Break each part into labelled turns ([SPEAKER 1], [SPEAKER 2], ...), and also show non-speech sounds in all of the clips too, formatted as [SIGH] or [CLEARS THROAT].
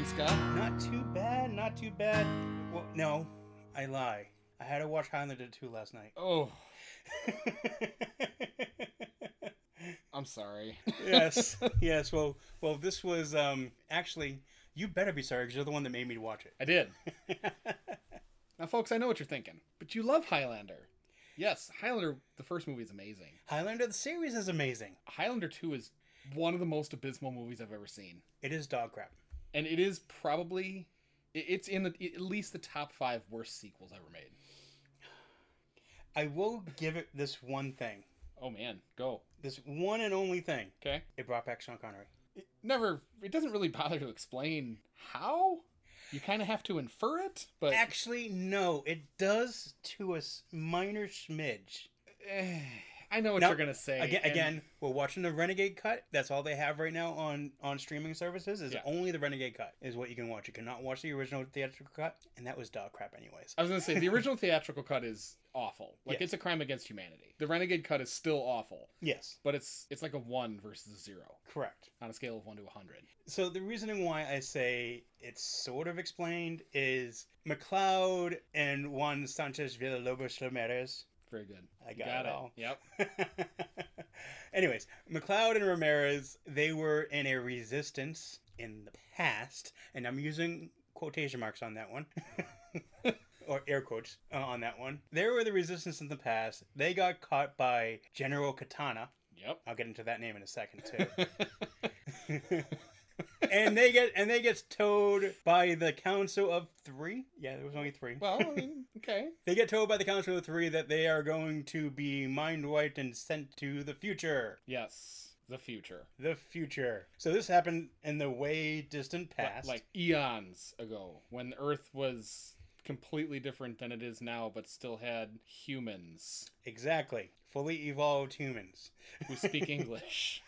[SPEAKER 1] Not too bad, not too bad. Well, no, I lie. I had to watch Highlander 2 last night. [LAUGHS]
[SPEAKER 2] Oh, I'm sorry.
[SPEAKER 1] yes, yes. Well, well, this was um, actually, you better be sorry because you're the one that made me watch it.
[SPEAKER 2] I did. [LAUGHS] now, folks, I know what you're thinking, but you love Highlander. Yes, Highlander, the first movie is amazing.
[SPEAKER 1] Highlander, the series is amazing.
[SPEAKER 2] Highlander 2 is one of the most abysmal movies I've ever seen.
[SPEAKER 1] It is dog crap.
[SPEAKER 2] And it is probably, it- it's in the, at least the top five worst sequels ever made.
[SPEAKER 1] I will give it this one thing.
[SPEAKER 2] Oh, man. Go.
[SPEAKER 1] This one and only thing.
[SPEAKER 2] Okay.
[SPEAKER 1] It brought back Sean Connery.
[SPEAKER 2] It never, it doesn't really bother to explain how. You kind of have to infer it, but.
[SPEAKER 1] Actually, no, it does to a s- minor schmidge.
[SPEAKER 2] Eh, I know what
[SPEAKER 1] No,
[SPEAKER 2] you're gonna say.
[SPEAKER 1] Again,
[SPEAKER 2] and
[SPEAKER 1] again, we're watching the Renegade cut. That's all they have right now on on streaming services. Is
[SPEAKER 2] Yeah.
[SPEAKER 1] only the Renegade cut is what you can watch. You cannot watch the original theatrical cut, and that was dog crap, anyways.
[SPEAKER 2] I was gonna say
[SPEAKER 1] [LAUGHS]
[SPEAKER 2] the original theatrical cut is awful. Like
[SPEAKER 1] Yes.
[SPEAKER 2] it's a crime against humanity. The Renegade cut is still awful,
[SPEAKER 1] Yes,
[SPEAKER 2] but it's it's like a one versus a zero
[SPEAKER 1] correct.
[SPEAKER 2] on a scale of one to a hundred.
[SPEAKER 1] So the reasoning why I say it's sort of explained is McLeod and Juan Sanchez Villalobos Ramirez.
[SPEAKER 2] Very good.
[SPEAKER 1] I
[SPEAKER 2] You
[SPEAKER 1] got, it all.
[SPEAKER 2] Yep.
[SPEAKER 1] [LAUGHS] Anyways, McLeod and Ramirez, they were in a resistance in the past, and I'm using quotation marks on that one. [LAUGHS] Or air quotes uh, on that one. They were the resistance in the past. They got caught by General Katana.
[SPEAKER 2] Yep.
[SPEAKER 1] I'll get into that name in a second [LAUGHS] too. and they get and they get towed by the Council of Three. Yeah, there was only three.
[SPEAKER 2] Well, I mean, okay.
[SPEAKER 1] They get told by the Council of Three that they are going to be mind wiped and sent to the future.
[SPEAKER 2] Yes, the future,
[SPEAKER 1] The future. So this happened in the way distant
[SPEAKER 2] Li-
[SPEAKER 1] past.
[SPEAKER 2] like eons ago, when Earth was completely different than it is now, but still had humans
[SPEAKER 1] exactly. Fully evolved
[SPEAKER 2] [LAUGHS]
[SPEAKER 1] humans. [LAUGHS]
[SPEAKER 2] who speak English.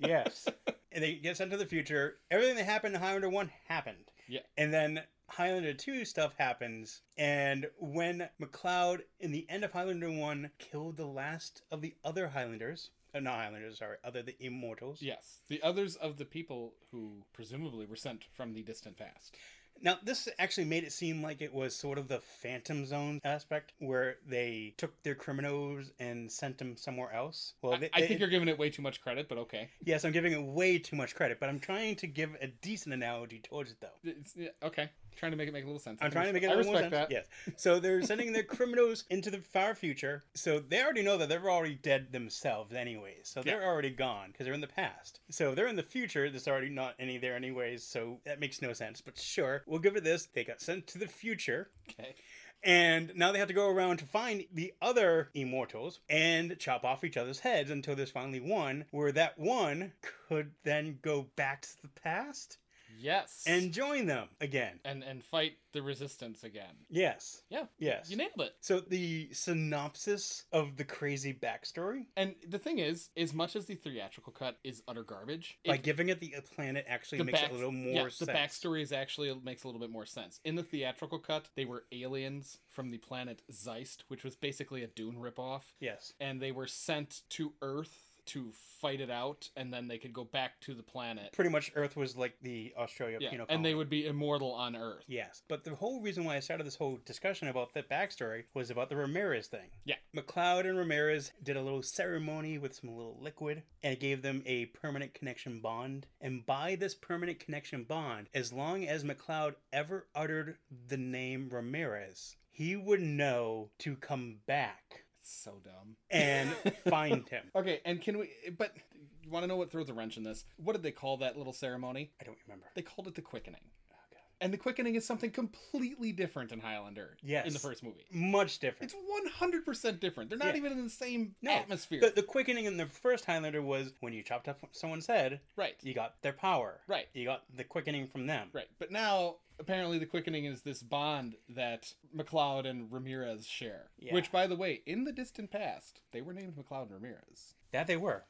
[SPEAKER 1] Yes.
[SPEAKER 2] [LAUGHS]
[SPEAKER 1] and they get sent to the future. Everything that happened in Highlander 1 happened.
[SPEAKER 2] Yeah.
[SPEAKER 1] And then Highlander 2 stuff happens. And when McLeod, in the end of Highlander 1, killed the last of the other Highlanders, uh, not Highlanders, sorry, other the Immortals.
[SPEAKER 2] Yes, the others of the people who presumably were sent from the distant past.
[SPEAKER 1] Now, this actually made it seem like it was sort of the Phantom Zone aspect, where they took their criminals and sent them somewhere else. Well,
[SPEAKER 2] I,
[SPEAKER 1] they,
[SPEAKER 2] I think
[SPEAKER 1] they-
[SPEAKER 2] you're giving it way too much credit, but okay.
[SPEAKER 1] yes, I'm giving it way too much credit, but I'm trying to give a decent analogy towards it, though.
[SPEAKER 2] It's, yeah, okay, trying to make it make a little sense. I
[SPEAKER 1] I'm
[SPEAKER 2] can
[SPEAKER 1] trying to make it.
[SPEAKER 2] respe- I
[SPEAKER 1] a little more
[SPEAKER 2] respect that.
[SPEAKER 1] sense. Yes. So they're sending their criminals into the far future. So they already know that they're already dead themselves, anyways. So they're already gone because they're in the past. So they're in the future. There's already not any there, anyways. So that makes no sense. But sure, we'll give it this. They got sent to the future.
[SPEAKER 2] Okay.
[SPEAKER 1] And now they have to go around to find the other immortals and chop off each other's heads until there's finally one where that one could then go back to the past
[SPEAKER 2] Yes.
[SPEAKER 1] and join them again.
[SPEAKER 2] and and fight the resistance again.
[SPEAKER 1] Yes.
[SPEAKER 2] Yeah.
[SPEAKER 1] Yes.
[SPEAKER 2] You nailed it.
[SPEAKER 1] so the synopsis of the crazy backstory
[SPEAKER 2] And the thing is, as much as the theatrical cut is utter garbage,
[SPEAKER 1] by
[SPEAKER 2] it-
[SPEAKER 1] giving it the planet actually
[SPEAKER 2] the
[SPEAKER 1] makes
[SPEAKER 2] back-
[SPEAKER 1] it a little more
[SPEAKER 2] yeah,
[SPEAKER 1] sense.
[SPEAKER 2] the backstory is actually makes a little bit more sense. In the theatrical cut, they were aliens from the planet Zeist, which was basically a Dune ripoff.
[SPEAKER 1] Yes.
[SPEAKER 2] and they were sent to Earth to fight it out, and then they could go back to the planet.
[SPEAKER 1] Pretty much Earth was like the Australia
[SPEAKER 2] Yeah,
[SPEAKER 1] penal
[SPEAKER 2] and
[SPEAKER 1] colony.
[SPEAKER 2] they would be immortal on Earth.
[SPEAKER 1] Yes, but the whole reason why I started this whole discussion about that backstory was about the Ramirez thing.
[SPEAKER 2] Yeah.
[SPEAKER 1] McLeod and Ramirez did a little ceremony with some little liquid, and it gave them a permanent connection bond. And by this permanent connection bond, as long as McLeod ever uttered the name Ramirez, he would know to come back
[SPEAKER 2] So dumb. [LAUGHS]
[SPEAKER 1] [LAUGHS] and find him.
[SPEAKER 2] Okay, and can we? But you want to know what throws a wrench in this? What did they call that little ceremony?
[SPEAKER 1] I don't remember.
[SPEAKER 2] They called it the quickening.
[SPEAKER 1] Oh, God.
[SPEAKER 2] And the quickening is something completely different in Highlander.
[SPEAKER 1] Yes.
[SPEAKER 2] In the first movie.
[SPEAKER 1] Much different.
[SPEAKER 2] It's 100% different. They're not
[SPEAKER 1] Yeah.
[SPEAKER 2] even in the same
[SPEAKER 1] No.
[SPEAKER 2] atmosphere.
[SPEAKER 1] The, the quickening in the first Highlander was when you chopped up someone's head,
[SPEAKER 2] right.
[SPEAKER 1] you got their power.
[SPEAKER 2] Right.
[SPEAKER 1] You got the quickening from them.
[SPEAKER 2] Right. But now, apparently, the quickening is this bond that McLeod and Ramirez share.
[SPEAKER 1] Yeah.
[SPEAKER 2] Which, by the way, in the distant past, they were named McLeod and Ramirez.
[SPEAKER 1] That they were.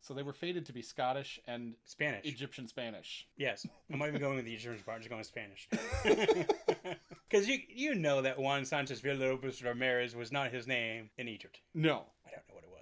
[SPEAKER 2] So they were fated to be Scottish and
[SPEAKER 1] Spanish.
[SPEAKER 2] Egyptian Spanish.
[SPEAKER 1] yes. I'm not even going with the Egyptian part, I'm just going with
[SPEAKER 2] [LAUGHS]
[SPEAKER 1] Spanish. [LAUGHS] Because you you know that Juan Sanchez Villalobos Ramirez was not his name in Egypt.
[SPEAKER 2] No.
[SPEAKER 1] I don't know what it was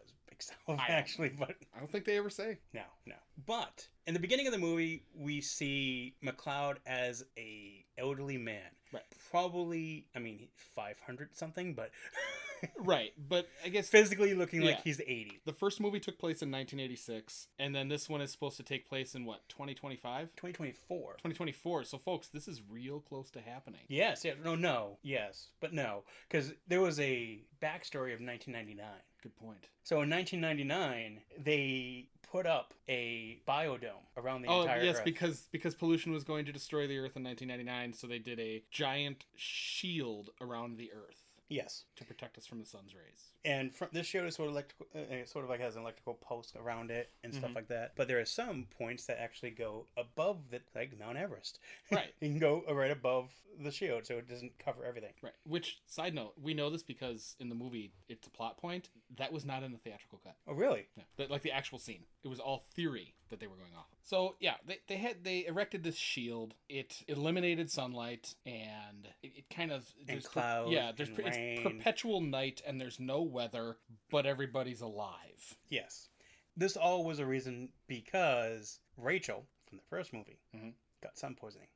[SPEAKER 1] myself, [LAUGHS] actually, but
[SPEAKER 2] I don't think they ever say.
[SPEAKER 1] no, no. But in the beginning of the movie, we see McLeod as a totally man.
[SPEAKER 2] Right.
[SPEAKER 1] Probably, I mean, 500 something, but [LAUGHS]
[SPEAKER 2] Right, but I guess
[SPEAKER 1] physically looking
[SPEAKER 2] Yeah.
[SPEAKER 1] like he's 80.
[SPEAKER 2] the first movie took place in 1986, and then this one is supposed to take place in what 2025,
[SPEAKER 1] 2024.
[SPEAKER 2] 2024. So, folks, this is real close to happening.
[SPEAKER 1] Yes, yeah, no, no, yes, but no, because there was a backstory of 1999.
[SPEAKER 2] Good point.
[SPEAKER 1] So in 1999, they put up a biodome around the
[SPEAKER 2] oh
[SPEAKER 1] entire
[SPEAKER 2] yes,
[SPEAKER 1] Earth.
[SPEAKER 2] because because pollution was going to destroy the Earth in 1999, so they did a giant shield around the Earth
[SPEAKER 1] yes,
[SPEAKER 2] to protect us from the sun's rays.
[SPEAKER 1] and from this show is sort of electrical, uh, uh, sort of like has an electrical pulse around it and stuff
[SPEAKER 2] Mhm.
[SPEAKER 1] like that. But there are some points that actually go above the like Mount Everest. [LAUGHS]
[SPEAKER 2] Right.
[SPEAKER 1] You can go right above the shield, so it doesn't cover everything.
[SPEAKER 2] Right. Which side note, we know this because in the movie it's a plot point that was not in the theatrical cut.
[SPEAKER 1] Oh, really?
[SPEAKER 2] Yeah. But, like the actual scene, it was all theory that they were going off. of. So yeah, they, they had they erected this shield. It eliminated sunlight and it, it kind of there's per-
[SPEAKER 1] clouds
[SPEAKER 2] yeah, there's
[SPEAKER 1] and
[SPEAKER 2] per-
[SPEAKER 1] rain.
[SPEAKER 2] it's perpetual night and there's no weather, but everybody's alive.
[SPEAKER 1] Yes. This all was a reason because Rachel from the first movie
[SPEAKER 2] Mhm.
[SPEAKER 1] got sun poisoning.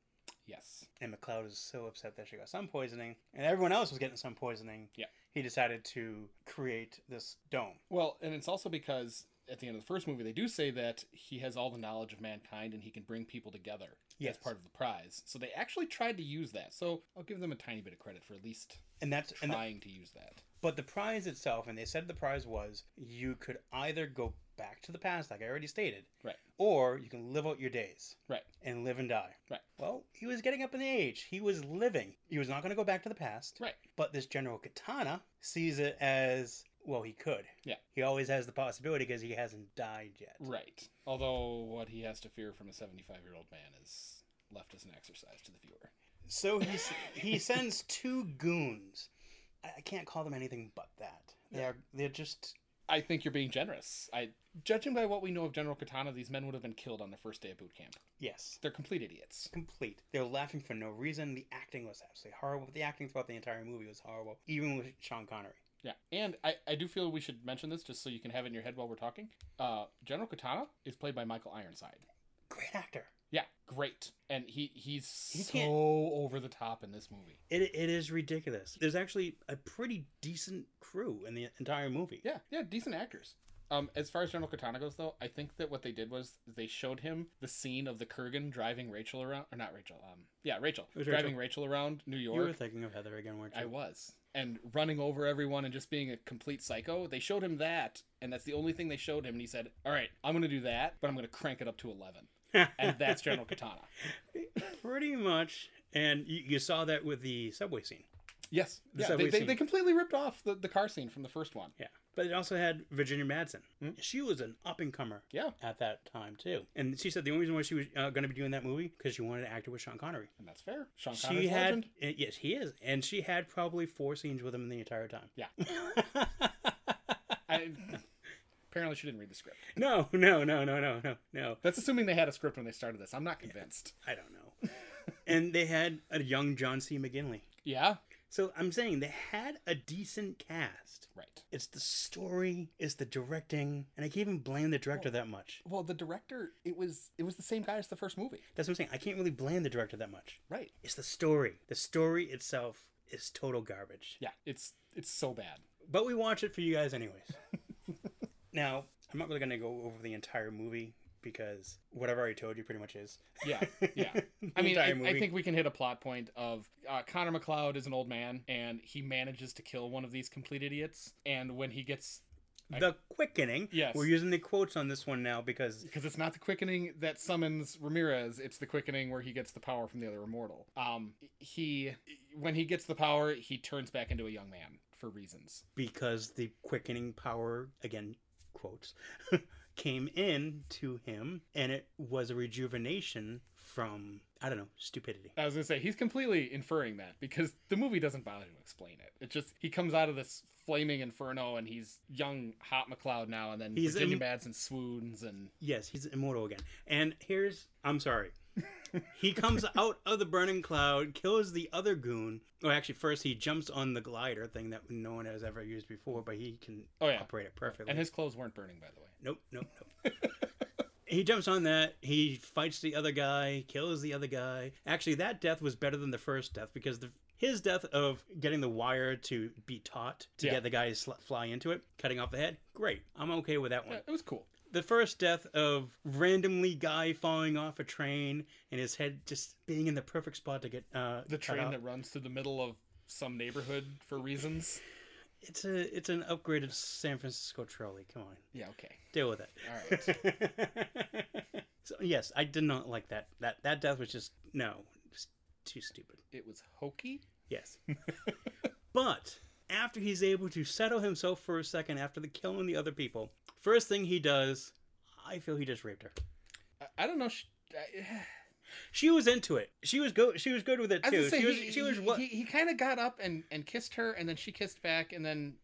[SPEAKER 2] Yes.
[SPEAKER 1] And McLeod was so upset that she got sun poisoning, and everyone else was getting sun poisoning.
[SPEAKER 2] Yeah.
[SPEAKER 1] He decided to create this dome.
[SPEAKER 2] Well, and it's also because at the end of the first movie, they do say that he has all the knowledge of mankind and he can bring people together
[SPEAKER 1] Yes.
[SPEAKER 2] as part of the prize. So they actually tried to use that. So I'll give them a tiny bit of credit for at least
[SPEAKER 1] And that's and
[SPEAKER 2] trying to use that.
[SPEAKER 1] but the prize itself, and they said the prize was you could either go back to the past, like I already stated,
[SPEAKER 2] Right.
[SPEAKER 1] or you can live out your days,
[SPEAKER 2] Right.
[SPEAKER 1] and live and die.
[SPEAKER 2] Right.
[SPEAKER 1] Well, he was getting up in age. He was living. He was not going to go back to the past.
[SPEAKER 2] Right.
[SPEAKER 1] But this General Katana sees it as well. He could.
[SPEAKER 2] Yeah.
[SPEAKER 1] He always has the possibility because he hasn't died yet.
[SPEAKER 2] Right. Although what he has to fear from a 75 year old man is left as an exercise to the viewer.
[SPEAKER 1] So he s- he [LAUGHS] sends two goons. I I can't call them anything but that. They are they're just
[SPEAKER 2] I think you're being generous. I judging by what we know of General Katana, these men would have been killed on their first day of boot camp.
[SPEAKER 1] yes,
[SPEAKER 2] They're complete idiots.
[SPEAKER 1] complete. They're laughing for no reason. The acting was absolutely horrible. The acting throughout the entire movie was horrible, even with Sean Connery.
[SPEAKER 2] Yeah, and I, I do feel we should mention this just so you can have it in your head while we're talking. Uh, General Katana is played by Michael Ironside.
[SPEAKER 1] Great actor.
[SPEAKER 2] Yeah, great, and he he's
[SPEAKER 1] He
[SPEAKER 2] so
[SPEAKER 1] can't-
[SPEAKER 2] over the top in this movie.
[SPEAKER 1] It, it is ridiculous. There's actually a pretty decent crew in the entire movie.
[SPEAKER 2] Yeah, yeah, decent actors. Um, as far as General Katana goes, though, I think that what they did was they showed him the scene of the Kurgan driving Rachel around, or not Rachel, um, yeah, Rachel
[SPEAKER 1] was
[SPEAKER 2] driving Rachel. around New
[SPEAKER 1] You were
[SPEAKER 2] York.
[SPEAKER 1] thinking of Heather again, weren't you?
[SPEAKER 2] I was, and running over everyone and just being a complete psycho. They showed him that, and that's the only thing they showed him. And he said, "All right, I'm gonna do that, but I'm gonna crank it up to 11."
[SPEAKER 1] [LAUGHS]
[SPEAKER 2] and that's General Katana.
[SPEAKER 1] pretty much. And you, you saw that with the subway scene.
[SPEAKER 2] Yes,
[SPEAKER 1] The
[SPEAKER 2] yeah,
[SPEAKER 1] subway
[SPEAKER 2] they, they,
[SPEAKER 1] scene.
[SPEAKER 2] they completely ripped off the, the car scene from the first one.
[SPEAKER 1] Yeah. But it also had Virginia Madsen.
[SPEAKER 2] Hmm.
[SPEAKER 1] She was an up and comer
[SPEAKER 2] Yeah,
[SPEAKER 1] at that time, too. And she said the only reason why she was uh, going to be doing that movie because she wanted to act it with Sean Connery.
[SPEAKER 2] and that's fair. Sean Connery's
[SPEAKER 1] She had,
[SPEAKER 2] legend.
[SPEAKER 1] uh, yes, he is. And she had probably four scenes with him the entire time.
[SPEAKER 2] Yeah. I, [LAUGHS] apparently, she didn't read the script.
[SPEAKER 1] no, no, no, no, no, no, no.
[SPEAKER 2] That's assuming they had a script when they started this. I'm not convinced.
[SPEAKER 1] I don't
[SPEAKER 2] [LAUGHS]
[SPEAKER 1] know. and they had a young John C. McGinley.
[SPEAKER 2] Yeah,
[SPEAKER 1] So I'm saying they had a decent cast.
[SPEAKER 2] right.
[SPEAKER 1] It's the story, it's the directing, and I can't even blame the
[SPEAKER 2] Oh.
[SPEAKER 1] director that much.
[SPEAKER 2] Well, the director, it was it was the same guy as the first movie.
[SPEAKER 1] That's what I'm saying. I can't really blame the director that much.
[SPEAKER 2] Right.
[SPEAKER 1] It's the story. The story itself is total garbage.
[SPEAKER 2] Yeah, it's it's so bad.
[SPEAKER 1] But we watch it for you guys anyways.
[SPEAKER 2] [LAUGHS]
[SPEAKER 1] now, I'm not really going to go over the entire movie because whatever I already told you pretty much is. [LAUGHS]
[SPEAKER 2] [LAUGHS] Yeah, yeah.
[SPEAKER 1] The
[SPEAKER 2] I mean,
[SPEAKER 1] entire
[SPEAKER 2] I, I
[SPEAKER 1] movie.
[SPEAKER 2] think we can hit a plot point of uh, Connor McLeod is an old man, and he manages to kill one of these complete idiots. And when he gets,
[SPEAKER 1] The Quickening.
[SPEAKER 2] Yes.
[SPEAKER 1] We're using the quotes on this one now because
[SPEAKER 2] because it's not the quickening that summons Ramirez, it's the quickening where he gets the power from the other immortal. Um, he when he gets the power, he turns back into a young man for reasons.
[SPEAKER 1] because the quickening power again quotes [LAUGHS] came in to him and it was a rejuvenation from I don't know, stupidity.
[SPEAKER 2] I was gonna say he's completely inferring that because the movie doesn't bother to explain it. It's just he comes out of this flaming inferno and he's young hot McLeod now, and then
[SPEAKER 1] He's
[SPEAKER 2] Virginia
[SPEAKER 1] in-
[SPEAKER 2] Madsen swoons and
[SPEAKER 1] Yes, he's immortal again. And here's I'm sorry. he comes
[SPEAKER 2] [LAUGHS]
[SPEAKER 1] out of the burning cloud, kills the other goon. Well, actually, first he jumps on the glider thing that no one has ever used before, but he can
[SPEAKER 2] oh yeah,
[SPEAKER 1] operate it perfectly.
[SPEAKER 2] [LAUGHS] and his clothes weren't burning by the way.
[SPEAKER 1] nope, nope, nope. He jumps on that. He fights the other guy, kills the other guy. Actually, that death was better than the first death because the his death of getting the wire to be taut to
[SPEAKER 2] Yeah.
[SPEAKER 1] get the guy to sl- fly into it, cutting off the head. Great, I'm okay with that one.
[SPEAKER 2] Yeah, it was cool.
[SPEAKER 1] The first death of randomly guy falling off a train and his head just being in the perfect spot to get uh,
[SPEAKER 2] The
[SPEAKER 1] cut
[SPEAKER 2] train
[SPEAKER 1] off.
[SPEAKER 2] that runs through the middle of some neighborhood for reasons.
[SPEAKER 1] It's a it's an upgraded San Francisco trolley. Come on,
[SPEAKER 2] Yeah, okay.
[SPEAKER 1] deal
[SPEAKER 2] [LAUGHS]
[SPEAKER 1] with it.
[SPEAKER 2] All
[SPEAKER 1] [LAUGHS]
[SPEAKER 2] right.
[SPEAKER 1] so yes, I did not like that. That that death was just no, just too stupid.
[SPEAKER 2] it was hokey. [LAUGHS]
[SPEAKER 1] Yes, but after he's able to settle himself for a second after the killing the other people, first thing he does, I feel he just raped her.
[SPEAKER 2] I, I don't know. She, I, [SIGHS]
[SPEAKER 1] She was into it. She was go. She was good with it
[SPEAKER 2] I was
[SPEAKER 1] too.
[SPEAKER 2] gonna say,
[SPEAKER 1] she was.
[SPEAKER 2] he,
[SPEAKER 1] she was
[SPEAKER 2] he-
[SPEAKER 1] what?
[SPEAKER 2] he, kind of got up and, and kissed her, and then she kissed back, and then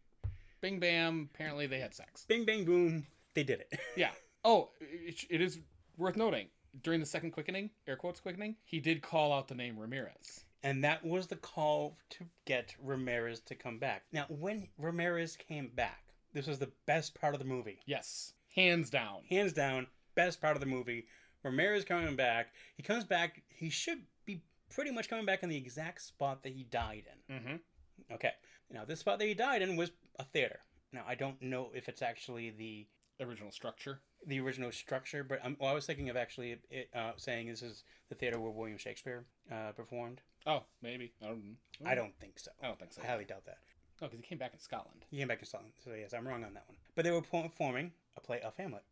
[SPEAKER 2] bing bam. Apparently, they had sex.
[SPEAKER 1] Bing bang boom. They did it. [LAUGHS]
[SPEAKER 2] Yeah. Oh, it, it is worth noting during the second quickening, air quotes quickening, he did call out the name Ramirez.
[SPEAKER 1] And that was the call to get Ramirez to come back. Now, when Ramirez came back, this was the best part of the movie.
[SPEAKER 2] Yes, hands down.
[SPEAKER 1] Hands down, best part of the movie. Ramirez coming back. He comes back. He should be pretty much coming back in the exact spot that he died in.
[SPEAKER 2] Mm-hmm.
[SPEAKER 1] Okay. Now, this spot that he died in was a theater. Now, I don't know if it's actually the
[SPEAKER 2] Original structure.
[SPEAKER 1] the original structure, but I'm, well, I was thinking of actually it, uh, saying this is the theater where William Shakespeare uh, performed.
[SPEAKER 2] Oh, maybe. I don't.
[SPEAKER 1] I don't think so.
[SPEAKER 2] I don't think Mm. so.
[SPEAKER 1] I highly doubt that.
[SPEAKER 2] Oh, because he came back in Scotland.
[SPEAKER 1] He came back to Scotland. So yes, I'm wrong on that one. But they were performing a play of Hamlet.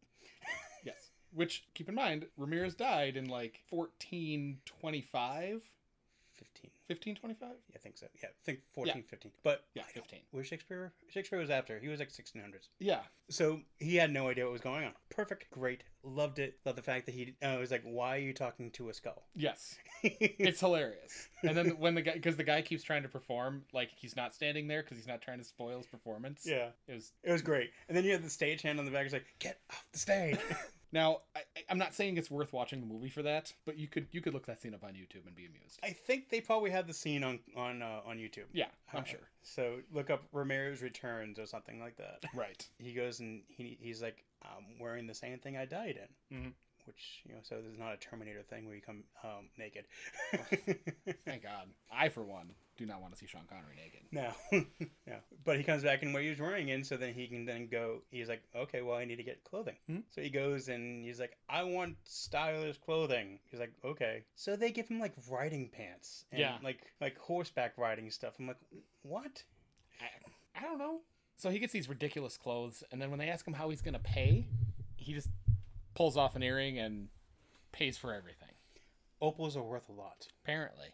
[SPEAKER 2] Yes. Which, keep in mind, Ramirez died in like 1425,
[SPEAKER 1] Fifteen,
[SPEAKER 2] 1525?
[SPEAKER 1] yeah, I think so. Yeah, I think 14, 15. But
[SPEAKER 2] Yeah,
[SPEAKER 1] I don't-
[SPEAKER 2] 15.
[SPEAKER 1] was Shakespeare? Shakespeare was after. He was like 1600s.
[SPEAKER 2] Yeah.
[SPEAKER 1] So he had no idea what was going on. Perfect, great, loved it. Loved the fact that he uh, was like, "Why are you talking to a skull?" [LAUGHS]
[SPEAKER 2] Yes. It's hilarious. And then when the guy, because the guy keeps trying to perform, like he's not standing there because he's not trying to spoil his performance.
[SPEAKER 1] yeah,
[SPEAKER 2] It was
[SPEAKER 1] it was great. And then you had the stagehand on the back, who's like, "Get off the stage."
[SPEAKER 2] Now, I, I- I'm not saying it's worth watching the movie for that, but you could you could look that scene up on YouTube and be amused.
[SPEAKER 1] I think they probably had the scene on on uh, on YouTube.
[SPEAKER 2] yeah, [LAUGHS] I'm sure.
[SPEAKER 1] So look up Ramirez returns or something like that.
[SPEAKER 2] Right.
[SPEAKER 1] he goes and he, he's like, I'm wearing the same thing I died in.
[SPEAKER 2] Mhm.
[SPEAKER 1] Which, you know, so there's not a Terminator thing where you come um, naked.
[SPEAKER 2] Thank God. I for one do not want to see Sean Connery naked.
[SPEAKER 1] no. [LAUGHS] no. But he comes back in what he was wearing in, so then he can then go, he's like, okay, well, I need to get clothing.
[SPEAKER 2] Mhm.
[SPEAKER 1] So he goes and he's like, I want stylish clothing. He's like, okay. So they give him like riding pants and
[SPEAKER 2] Yeah.
[SPEAKER 1] like, like horseback riding stuff. I'm like, what?
[SPEAKER 2] I, I don't know. So he gets these ridiculous clothes, and then when they ask him how he's gonna pay, he just pulls off an earring and pays for everything.
[SPEAKER 1] Opals are worth a lot.
[SPEAKER 2] Apparently,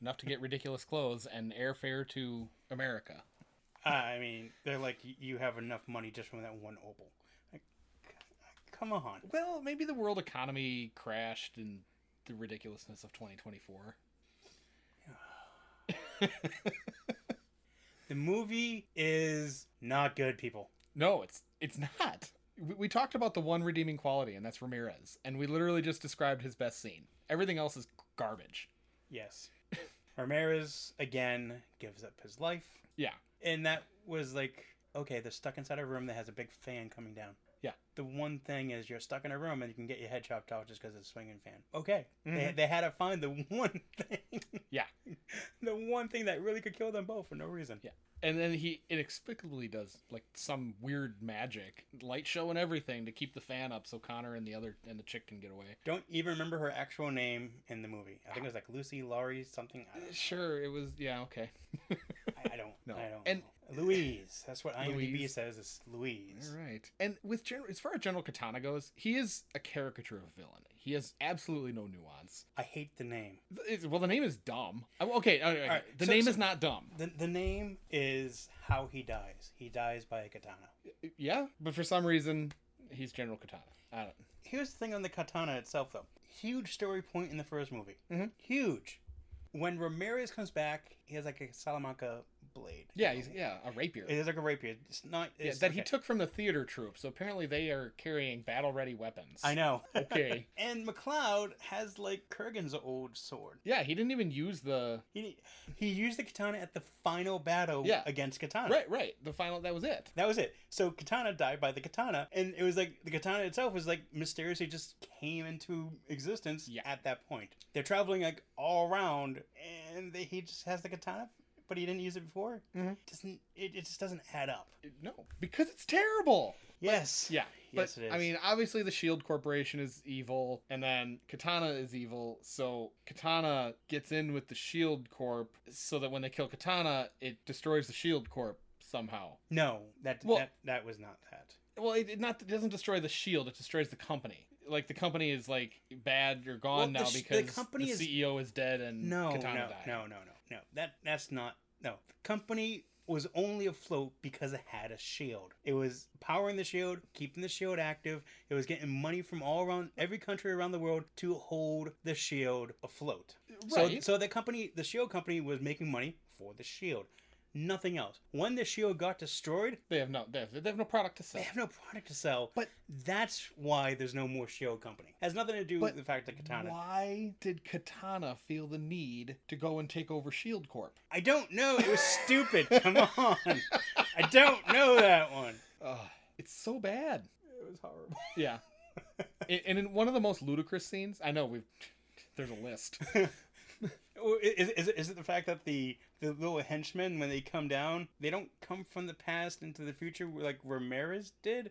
[SPEAKER 2] enough to [LAUGHS] get ridiculous clothes and airfare to America.
[SPEAKER 1] Uh, I mean, they're like, "Y- you have enough money just from that one opal. Like, c- come on.
[SPEAKER 2] Well, maybe the world economy crashed in the ridiculousness of 2024.
[SPEAKER 1] The movie is not good, people.
[SPEAKER 2] No, it's it's not. We, we talked about the one redeeming quality, and that's Ramirez, and we literally just described his best scene. Everything else is garbage.
[SPEAKER 1] Yes. Ramirez, again, gives up his life.
[SPEAKER 2] Yeah.
[SPEAKER 1] And that was like, okay, they're stuck inside a room that has a big fan coming down.
[SPEAKER 2] Yeah.
[SPEAKER 1] The one thing is, you're stuck in a room and you can get your head chopped off just because it's a swinging fan. Okay. They,
[SPEAKER 2] Mhm.
[SPEAKER 1] they had to find the [LAUGHS] one thing.
[SPEAKER 2] Yeah.
[SPEAKER 1] [LAUGHS] the one thing that really could kill them both for no reason.
[SPEAKER 2] And then he inexplicably does like some weird magic, light show and everything to keep the fan up so Connor and the other and the chick can get away.
[SPEAKER 1] Don't even remember her actual name in the movie. I think it was like Lucy, Laurie, something. I don't,
[SPEAKER 2] Sure, it was yeah, okay. [LAUGHS]
[SPEAKER 1] I- I don't,
[SPEAKER 2] No.
[SPEAKER 1] I don't
[SPEAKER 2] And-
[SPEAKER 1] know. Louise. That's what IMDb
[SPEAKER 2] Louise. Mm-hmm.
[SPEAKER 1] says. It's Louise.
[SPEAKER 2] All right. And with Gen- as far as General Katana goes, he is a caricature of a villain. He has absolutely no nuance.
[SPEAKER 1] I hate the name.
[SPEAKER 2] It's- well, the name is dumb. I- Okay, okay, okay.
[SPEAKER 1] right,
[SPEAKER 2] the
[SPEAKER 1] so-
[SPEAKER 2] name
[SPEAKER 1] so-
[SPEAKER 2] is not dumb.
[SPEAKER 1] The, the name is how he dies. He dies by a katana.
[SPEAKER 2] Yeah, but for some reason, he's General Katana. I don't.
[SPEAKER 1] Here's the thing on the katana itself, though. Huge story point in the first movie.
[SPEAKER 2] Mhm.
[SPEAKER 1] Huge. When Ramirez comes back, he has like a Salamanca blade.
[SPEAKER 2] Yeah, he's, yeah, a rapier.
[SPEAKER 1] It is like a rapier. It's not.
[SPEAKER 2] Yeah,
[SPEAKER 1] It's,
[SPEAKER 2] that he
[SPEAKER 1] okay.
[SPEAKER 2] took from the theater troupe. So apparently they are carrying battle ready weapons.
[SPEAKER 1] I know. [LAUGHS]
[SPEAKER 2] Okay.
[SPEAKER 1] And McLeod has like Kurgan's old sword.
[SPEAKER 2] Yeah, he didn't even use the
[SPEAKER 1] He he used the katana at the final battle
[SPEAKER 2] Yeah.
[SPEAKER 1] against Katana.
[SPEAKER 2] right, right. The final that was it.
[SPEAKER 1] That was it. So Katana died by the katana, and it was like the katana itself was like mysteriously just came into existence
[SPEAKER 2] Yeah.
[SPEAKER 1] at that point. They're traveling like all around, and they, he just has the katana, but he didn't use it before.
[SPEAKER 2] Mhm.
[SPEAKER 1] Doesn't it, it? just doesn't add up.
[SPEAKER 2] No, because it's terrible.
[SPEAKER 1] Yes.
[SPEAKER 2] Yeah,
[SPEAKER 1] Yes,
[SPEAKER 2] but,
[SPEAKER 1] it is.
[SPEAKER 2] I mean, obviously the Shield Corporation is evil, and then Katana is evil. So Katana gets in with the Shield E Corp, so that when they kill Katana, it destroys the Shield E Corp somehow.
[SPEAKER 1] No. That
[SPEAKER 2] Well-
[SPEAKER 1] that that was not that.
[SPEAKER 2] Well, it, it not it doesn't destroy the Shield; it destroys the company. Like the company is like bad or
[SPEAKER 1] Well,
[SPEAKER 2] gone
[SPEAKER 1] the
[SPEAKER 2] now
[SPEAKER 1] sh- the
[SPEAKER 2] because the,
[SPEAKER 1] company is-
[SPEAKER 2] CEO is dead and
[SPEAKER 1] No. No.
[SPEAKER 2] Katana
[SPEAKER 1] No.
[SPEAKER 2] died.
[SPEAKER 1] No. No. No. That that's not. No. The company was only afloat because it had a shield. It was powering the shield, keeping the shield active. It was getting money from all around every country around the world to hold the shield afloat.
[SPEAKER 2] Right.
[SPEAKER 1] So so the company, the shield company was making money for the shield. Nothing else. When the shield got destroyed,
[SPEAKER 2] They have no they have, they have no product to sell.
[SPEAKER 1] they have no product to sell.
[SPEAKER 2] But-
[SPEAKER 1] that's why there's no more shield company. has nothing to do with
[SPEAKER 2] But
[SPEAKER 1] the fact that Katana.
[SPEAKER 2] Why did Katana feel the need to go and take over Shield Corp?
[SPEAKER 1] I don't know. It was stupid. Come on. I don't know that one.
[SPEAKER 2] Ugh, it's so bad.
[SPEAKER 1] It was horrible. [LAUGHS]
[SPEAKER 2] Yeah. and and in one of the most ludicrous scenes, I know we've there's a list.
[SPEAKER 1] Is, is, it- is it the fact that the, the little henchmen, when they come down, they don't come from the past into the future like Ramirez did?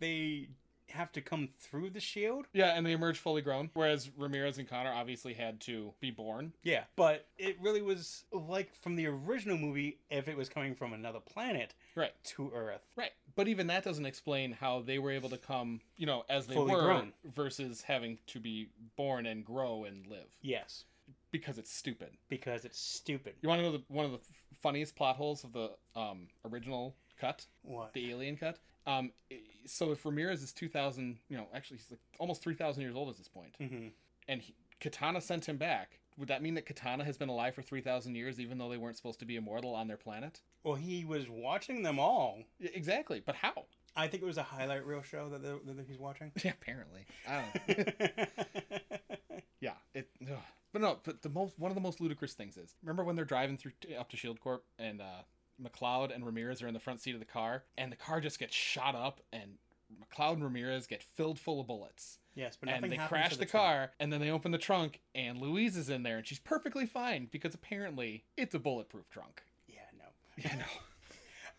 [SPEAKER 1] They have to come through the shield?
[SPEAKER 2] Yeah, and they emerge fully grown, whereas Ramirez and Connor obviously had to be born.
[SPEAKER 1] Yeah. But it really was like from the original movie if it was coming from another planet
[SPEAKER 2] Right.
[SPEAKER 1] to Earth.
[SPEAKER 2] Right. But even that doesn't explain how they were able to come, you know, as they
[SPEAKER 1] Fully
[SPEAKER 2] were
[SPEAKER 1] grown.
[SPEAKER 2] versus having to be born and grow and live
[SPEAKER 1] Yes.
[SPEAKER 2] because it's stupid.
[SPEAKER 1] Because it's stupid.
[SPEAKER 2] You want to know the, one of the f- funniest plot holes of the um, original cut?
[SPEAKER 1] What?
[SPEAKER 2] the alien cut. Um, i- so if Ramirez is two thousand, you know, actually he's like almost three thousand years old at this point,
[SPEAKER 1] Mhm.
[SPEAKER 2] and he, Katana sent him back. Would that mean that Katana has been alive for three thousand years, even though they weren't supposed to be immortal on their planet?
[SPEAKER 1] Well, he was watching them all.
[SPEAKER 2] Y- Exactly, but how?
[SPEAKER 1] I think it was a highlight reel show that, that, that he's watching.
[SPEAKER 2] [LAUGHS] Yeah, apparently, I don't. know. yeah, it. ugh. But no, but the most one of the most ludicrous things is remember when they're driving through up to Shield Corp and uh, McLeod and Ramirez are in the front seat of the car, and the car just gets shot up, and McLeod and Ramirez get filled full of bullets.
[SPEAKER 1] yes, but nothing
[SPEAKER 2] and they
[SPEAKER 1] happens
[SPEAKER 2] crash
[SPEAKER 1] to
[SPEAKER 2] the,
[SPEAKER 1] trunk.
[SPEAKER 2] car and then they open the trunk and louise is in there and she's perfectly fine because apparently it's a bulletproof
[SPEAKER 1] [LAUGHS]
[SPEAKER 2] trunk
[SPEAKER 1] Yeah, no.
[SPEAKER 2] you know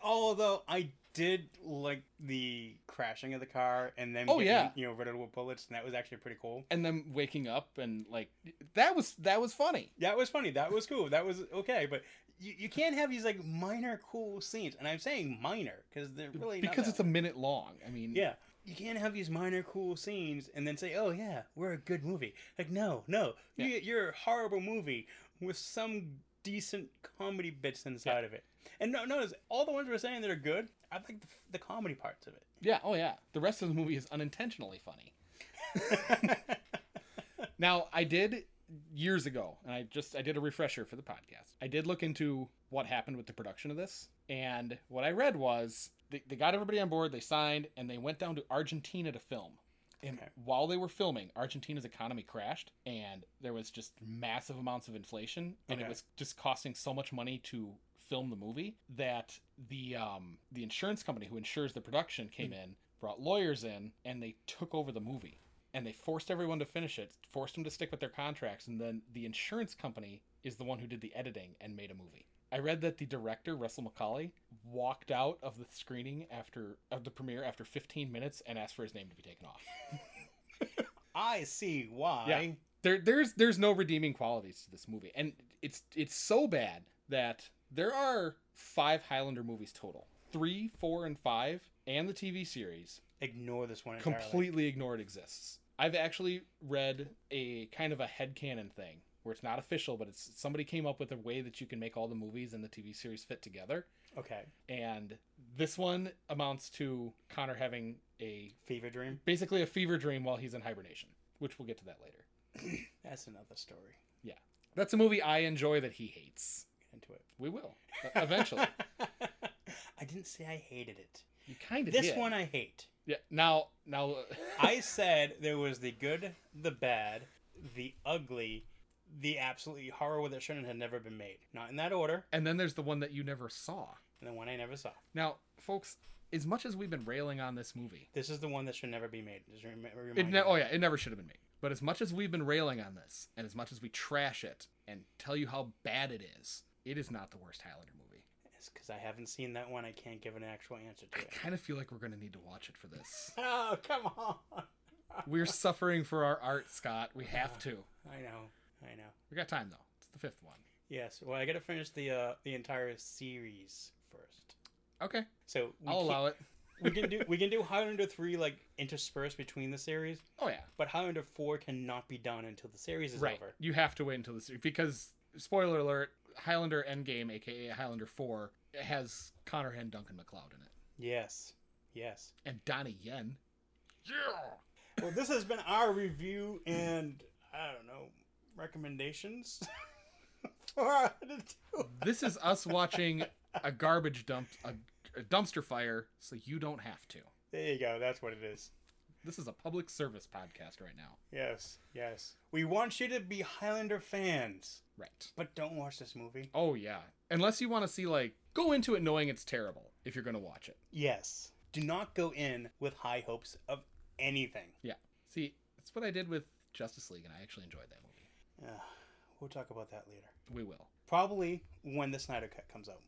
[SPEAKER 1] Although I did like the crashing of the car and then
[SPEAKER 2] Oh, yeah.
[SPEAKER 1] you know riddled with bullets, and that was actually pretty cool.
[SPEAKER 2] and them waking up and like that was that was funny
[SPEAKER 1] That was funny. That was cool. That was okay, but. You, you can't have these like minor cool scenes, and I'm saying minor because they're really
[SPEAKER 2] because it's a minute long i mean
[SPEAKER 1] yeah. You can't have these minor cool scenes and then say, "Oh yeah, we're a good movie." Like no, no, you, you're a horrible movie with some decent comedy bits inside of it. And no, notice all the ones we're saying that are good. I like the, the comedy parts of it.
[SPEAKER 2] yeah oh yeah the rest of the movie is unintentionally funny [LAUGHS] now i did years ago and i just i did a refresher for the podcast i did look into what happened with the production of this and what i read was they, they got everybody on board they signed and they went down to argentina to film and
[SPEAKER 1] Okay.
[SPEAKER 2] while they were filming argentina's economy crashed and there was just massive amounts of inflation and it
[SPEAKER 1] Okay.
[SPEAKER 2] was just costing so much money to film the movie that the um the insurance company who insures the production
[SPEAKER 1] Hmm.
[SPEAKER 2] came in brought lawyers in and they took over the movie and they forced everyone to finish it, forced them to stick with their contracts, and then the insurance company is the one who did the editing and made a movie. I read that the director Russell McCauley walked out of the screening after of the premiere after 15 minutes and asked for his name to be taken off.
[SPEAKER 1] I see why.
[SPEAKER 2] Yeah. There, there's there's no redeeming qualities to this movie, and it's it's so bad that there are five Highlander movies total, three, four, and five, and the TV series
[SPEAKER 1] Ignore this one entirely.
[SPEAKER 2] completely ignore it exists. I've actually read a kind of a headcanon thing where it's not official, but it's somebody came up with a way that you can make all the movies and the TV series fit together.
[SPEAKER 1] Okay.
[SPEAKER 2] And this one amounts to Connor having a
[SPEAKER 1] Fever Dream.
[SPEAKER 2] basically a fever dream while he's in hibernation, which we'll get to that later.
[SPEAKER 1] That's another story.
[SPEAKER 2] That's a movie I enjoy that he hates. [LAUGHS]
[SPEAKER 1] Get into it.
[SPEAKER 2] We will e-
[SPEAKER 1] [LAUGHS]
[SPEAKER 2] eventually.
[SPEAKER 1] I didn't say I hated it.
[SPEAKER 2] you kind of
[SPEAKER 1] This
[SPEAKER 2] did.
[SPEAKER 1] one I hate.
[SPEAKER 2] Yeah. Now, now, uh,
[SPEAKER 1] I said there was the good, the bad, the ugly, the absolutely horrible that shouldn't have never been made. Not in that order,
[SPEAKER 2] and then there's the one that you never saw.
[SPEAKER 1] and the one I never saw.
[SPEAKER 2] Now, folks, as much as we've been railing on this movie,
[SPEAKER 1] This is the one that should never be made. Just remember,
[SPEAKER 2] it ne- oh yeah, it never should have been made. But as much as we've been railing on this, and as much as we trash it and tell you how bad it is, it is not the worst Highlander movie.
[SPEAKER 1] because I haven't seen that one. I can't give an actual answer to
[SPEAKER 2] I
[SPEAKER 1] it. [LAUGHS]
[SPEAKER 2] kind of feel like we're gonna need to watch it for this.
[SPEAKER 1] Oh come on!
[SPEAKER 2] We're suffering for our art, Scott. We have to.
[SPEAKER 1] I know, I know.
[SPEAKER 2] We got time though. It's the fifth one.
[SPEAKER 1] Yes. Well, I gotta finish the uh, the entire series first.
[SPEAKER 2] Okay,
[SPEAKER 1] So we
[SPEAKER 2] I'll
[SPEAKER 1] can-
[SPEAKER 2] allow it.
[SPEAKER 1] we can
[SPEAKER 2] [LAUGHS]
[SPEAKER 1] do we can do Highlander three like interspersed between the series,
[SPEAKER 2] Oh yeah,
[SPEAKER 1] but Highlander four cannot be done until the series is
[SPEAKER 2] right.
[SPEAKER 1] over.
[SPEAKER 2] You have to wait until this because spoiler alert: Highlander Endgame, aka Highlander Four, has Connor and Duncan McLeod in it,
[SPEAKER 1] Yes. Yes.
[SPEAKER 2] and Donnie Yen. Yeah.
[SPEAKER 1] Well, this has been our review and I don't know recommendations [LAUGHS] for Highlander two.
[SPEAKER 2] this is us watching a garbage dump, a, a dumpster fire, so you don't have to.
[SPEAKER 1] There you go. That's what it is.
[SPEAKER 2] This is a public service podcast right now.
[SPEAKER 1] Yes. Yes. We want you to be Highlander fans,
[SPEAKER 2] Right.
[SPEAKER 1] but don't watch this movie.
[SPEAKER 2] Oh, yeah. Unless you want to see, like, go into it knowing it's terrible if you're going to watch it.
[SPEAKER 1] Yes. Do not go in with high hopes of anything.
[SPEAKER 2] Yeah. See, that's what I did with Justice League, and I actually enjoyed that movie.
[SPEAKER 1] Uh, we'll talk about that later.
[SPEAKER 2] We will.
[SPEAKER 1] Probably when the Snyder Cut comes out.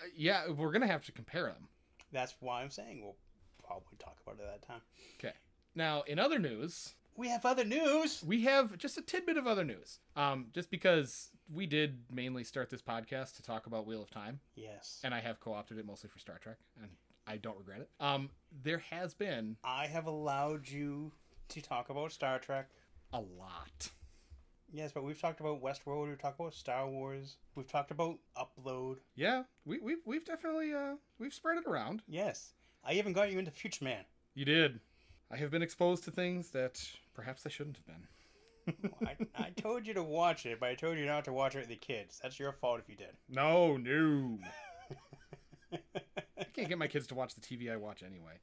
[SPEAKER 2] Uh, yeah, we're going to have to compare them.
[SPEAKER 1] That's why I'm saying we'll probably talk about it at that time.
[SPEAKER 2] Okay. Now, in other news,
[SPEAKER 1] We have other news.
[SPEAKER 2] we have just a tidbit of other news. Um, just because we did mainly start this podcast to talk about Wheel of Time.
[SPEAKER 1] Yes.
[SPEAKER 2] and I have co-opted it mostly for Star Trek, and I don't regret it. Um, there has been
[SPEAKER 1] I have allowed you to talk about Star Trek.
[SPEAKER 2] a lot.
[SPEAKER 1] Yes, but we've talked about Westworld. We've talked about Star Wars. We've talked about Upload.
[SPEAKER 2] Yeah, we we've, we've definitely uh we've spread it around.
[SPEAKER 1] Yes. I even got you into Future
[SPEAKER 2] [LAUGHS]
[SPEAKER 1] Man.
[SPEAKER 2] You did. I have been exposed to things that perhaps I shouldn't have been.
[SPEAKER 1] I, I told you to watch it, but I told you not to watch it with the kids. That's your fault if you did.
[SPEAKER 2] No, no. I can't get my kids to watch the TV I watch anyway.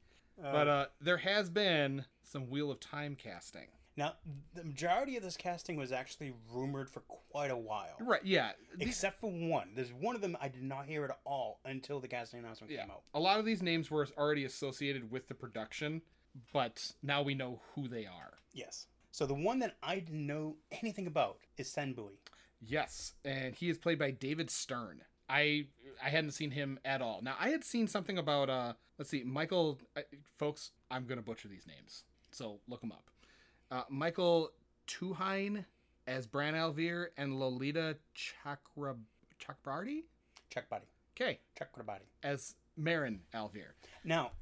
[SPEAKER 1] Um,
[SPEAKER 2] But uh, there has been some Wheel of Time casting.
[SPEAKER 1] Now, the majority of this casting was actually rumored for quite a while.
[SPEAKER 2] Right? Yeah. These-
[SPEAKER 1] Except for one. There's one of them I did not hear at all until the casting announcement
[SPEAKER 2] Yeah.
[SPEAKER 1] came out.
[SPEAKER 2] A lot of these names were already associated with the production, but now we know who they are.
[SPEAKER 1] Yes. So the one that I didn't know anything about is Senbui.
[SPEAKER 2] Yes, and he is played by David Stern. I I hadn't seen him at all. Now I had seen something about uh let's see Michael I, folks I'm gonna butcher these names so look them up. Uh, Michael Tuhine as Bran Alvear and Lolita Chakra Chakrabarty.
[SPEAKER 1] Check body.
[SPEAKER 2] Okay,
[SPEAKER 1] Check the body.
[SPEAKER 2] as Marin Alvear.
[SPEAKER 1] Now,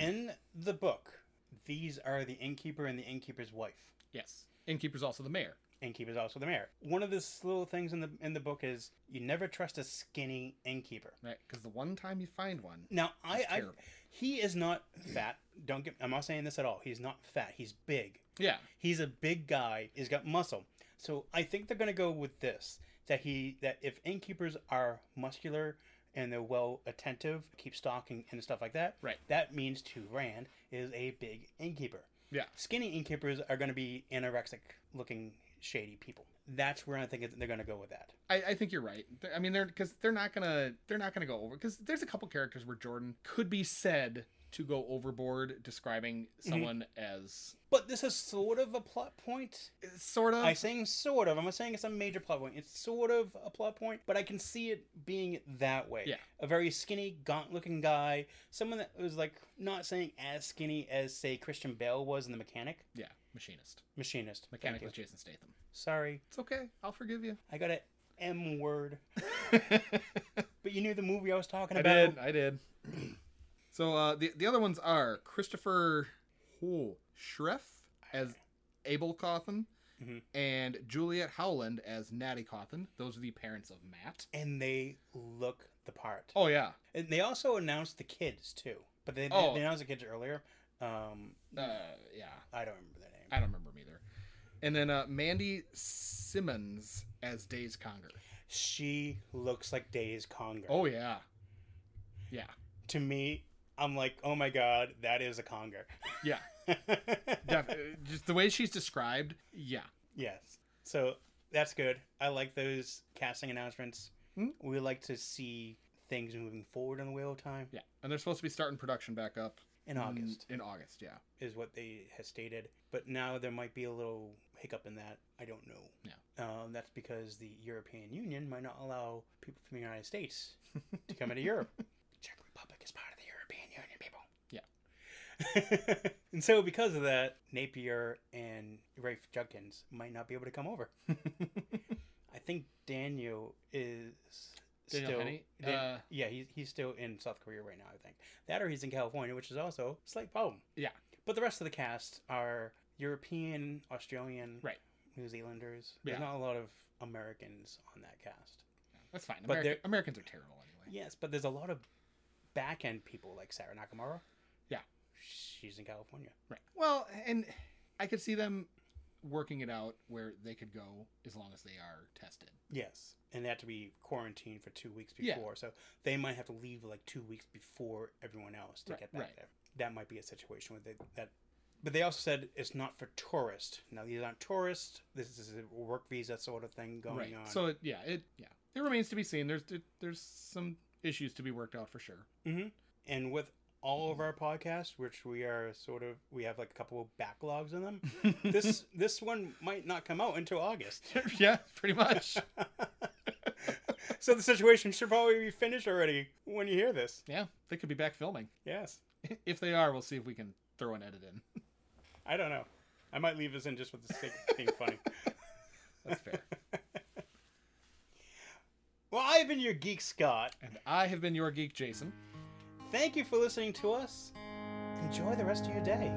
[SPEAKER 1] in the book, these are the innkeeper and the innkeeper's wife.
[SPEAKER 2] Yes, innkeeper's also the mayor.
[SPEAKER 1] Innkeeper's also the mayor. One of the little things in the in the book is you never trust a skinny innkeeper.
[SPEAKER 2] Right, because the one time you find one,
[SPEAKER 1] Now, I,
[SPEAKER 2] He's
[SPEAKER 1] I
[SPEAKER 2] terrible.
[SPEAKER 1] he is not fat. Don't get. I'm not saying this at all. He's not fat. He's big.
[SPEAKER 2] yeah,
[SPEAKER 1] He's a big guy. He's got muscle. So I think they're gonna go with this that he that if innkeepers are muscular and they're well attentive, keep stock and, and stuff like that.
[SPEAKER 2] Right.
[SPEAKER 1] That means to Rand is a big innkeeper.
[SPEAKER 2] Yeah.
[SPEAKER 1] Skinny innkeepers are gonna be anorexic looking shady people. That's where I think they're gonna go with that.
[SPEAKER 2] I, I think you're right. They're- I mean, they're because they're not gonna they're not gonna go over because there's a couple characters where Jordan could be said to go overboard, describing
[SPEAKER 1] Mm-hmm.
[SPEAKER 2] someone as
[SPEAKER 1] But this is sort of a plot point.
[SPEAKER 2] sort of
[SPEAKER 1] I'm saying sort of. I'm not saying it's a major plot point. It's sort of a plot point, but I can see it being that way.
[SPEAKER 2] Yeah.
[SPEAKER 1] A very skinny, gaunt-looking guy, someone that was like not saying as skinny as say Christian Bale was in The Mechanic,
[SPEAKER 2] yeah machinist
[SPEAKER 1] Machinist. Thank
[SPEAKER 2] mechanic
[SPEAKER 1] you.
[SPEAKER 2] with Jason Statham.
[SPEAKER 1] Sorry,
[SPEAKER 2] It's okay, I'll
[SPEAKER 1] [LAUGHS]
[SPEAKER 2] forgive you.
[SPEAKER 1] I got a M word.
[SPEAKER 2] I
[SPEAKER 1] But you knew the movie I was talking about.
[SPEAKER 2] did, I did. [CLEARS THROAT] so uh, the the other ones are Christopher Ho Schreff as Abel Cawthon.
[SPEAKER 1] Mhm.
[SPEAKER 2] And Juliet Howland as Natty Cawthon. Those are the parents of Matt.
[SPEAKER 1] And they look the part.
[SPEAKER 2] Oh yeah,
[SPEAKER 1] And they also announced the kids too. But they, they,
[SPEAKER 2] Oh.
[SPEAKER 1] they announced the kids earlier. Um,
[SPEAKER 2] uh, yeah.
[SPEAKER 1] I don't remember their name.
[SPEAKER 2] I don't remember 'em either. And then uh, Mandy Simmons as Days Conger.
[SPEAKER 1] she looks like Days Conger.
[SPEAKER 2] Oh yeah, yeah,
[SPEAKER 1] To me, I'm like, oh my god, that is a Conger. [LAUGHS]
[SPEAKER 2] yeah. Def- [LAUGHS] uh, just the way she's described. Yeah,
[SPEAKER 1] Yes. So that's good. I like those casting announcements.
[SPEAKER 2] Hmm?
[SPEAKER 1] We like to see things moving forward in the wheel of time.
[SPEAKER 2] yeah. And they're supposed to be starting production back up
[SPEAKER 1] In August
[SPEAKER 2] In August, yeah,
[SPEAKER 1] is what they has stated, but now there might be a little hiccup in that. I don't know.
[SPEAKER 2] Yeah.
[SPEAKER 1] Um, that's because the European Union might not allow people from the United States to come into
[SPEAKER 2] [LAUGHS]
[SPEAKER 1] Europe. Czech Republic is part of the European Union, people. Yeah. [LAUGHS] and so because of that, Napier and Rafe Judkins might not be able to come
[SPEAKER 2] [LAUGHS]
[SPEAKER 1] over. I think Daniel is
[SPEAKER 2] Daniel
[SPEAKER 1] still.
[SPEAKER 2] Henney?
[SPEAKER 1] Dan-
[SPEAKER 2] Uh,
[SPEAKER 1] yeah, he's he's still in South Korea right now. I think that, or he's in California, which is also a slight problem.
[SPEAKER 2] Yeah.
[SPEAKER 1] but the rest of the cast are European, Australian,
[SPEAKER 2] Right.
[SPEAKER 1] New Zealanders. There's
[SPEAKER 2] Yeah.
[SPEAKER 1] not a lot of Americans on that cast.
[SPEAKER 2] that's fine.
[SPEAKER 1] But
[SPEAKER 2] America-
[SPEAKER 1] they're-
[SPEAKER 2] Americans are terrible anyway.
[SPEAKER 1] Yes, but there's a lot of back end people like Sarah Nakamura.
[SPEAKER 2] Yeah.
[SPEAKER 1] she's in California.
[SPEAKER 2] Right. Well, and I could see them working it out where they could go as long as they are tested.
[SPEAKER 1] Yes, and they have to be quarantined for two weeks
[SPEAKER 2] Yeah.
[SPEAKER 1] before, so they might have to leave like two weeks before everyone else to
[SPEAKER 2] Right,
[SPEAKER 1] get back
[SPEAKER 2] right.
[SPEAKER 1] there. That might be a situation where they, that. But they also said it's not for tourists. Now these aren't tourists. This is a work visa sort of thing going
[SPEAKER 2] right.
[SPEAKER 1] on.
[SPEAKER 2] So it, yeah, it yeah, it remains to be seen. There's there- there's some issues to be worked out for sure. [LAUGHS]
[SPEAKER 1] and with all of our podcasts, which we are sort of, we have like a couple of backlogs
[SPEAKER 2] [LAUGHS]
[SPEAKER 1] in them. this this one might not come out until August.
[SPEAKER 2] yeah, pretty much.
[SPEAKER 1] [LAUGHS] so the situation should probably be finished already when you hear this.
[SPEAKER 2] yeah, they could be back filming.
[SPEAKER 1] Yes.
[SPEAKER 2] If they are, we'll see if we can throw an edit in.
[SPEAKER 1] I don't know. I might leave this in just with the stick being funny.
[SPEAKER 2] That's fair.
[SPEAKER 1] Well, I've been your geek, Scott.
[SPEAKER 2] and [LAUGHS] I have been your geek, Jason.
[SPEAKER 1] Thank you for listening to us. Enjoy the rest of your day.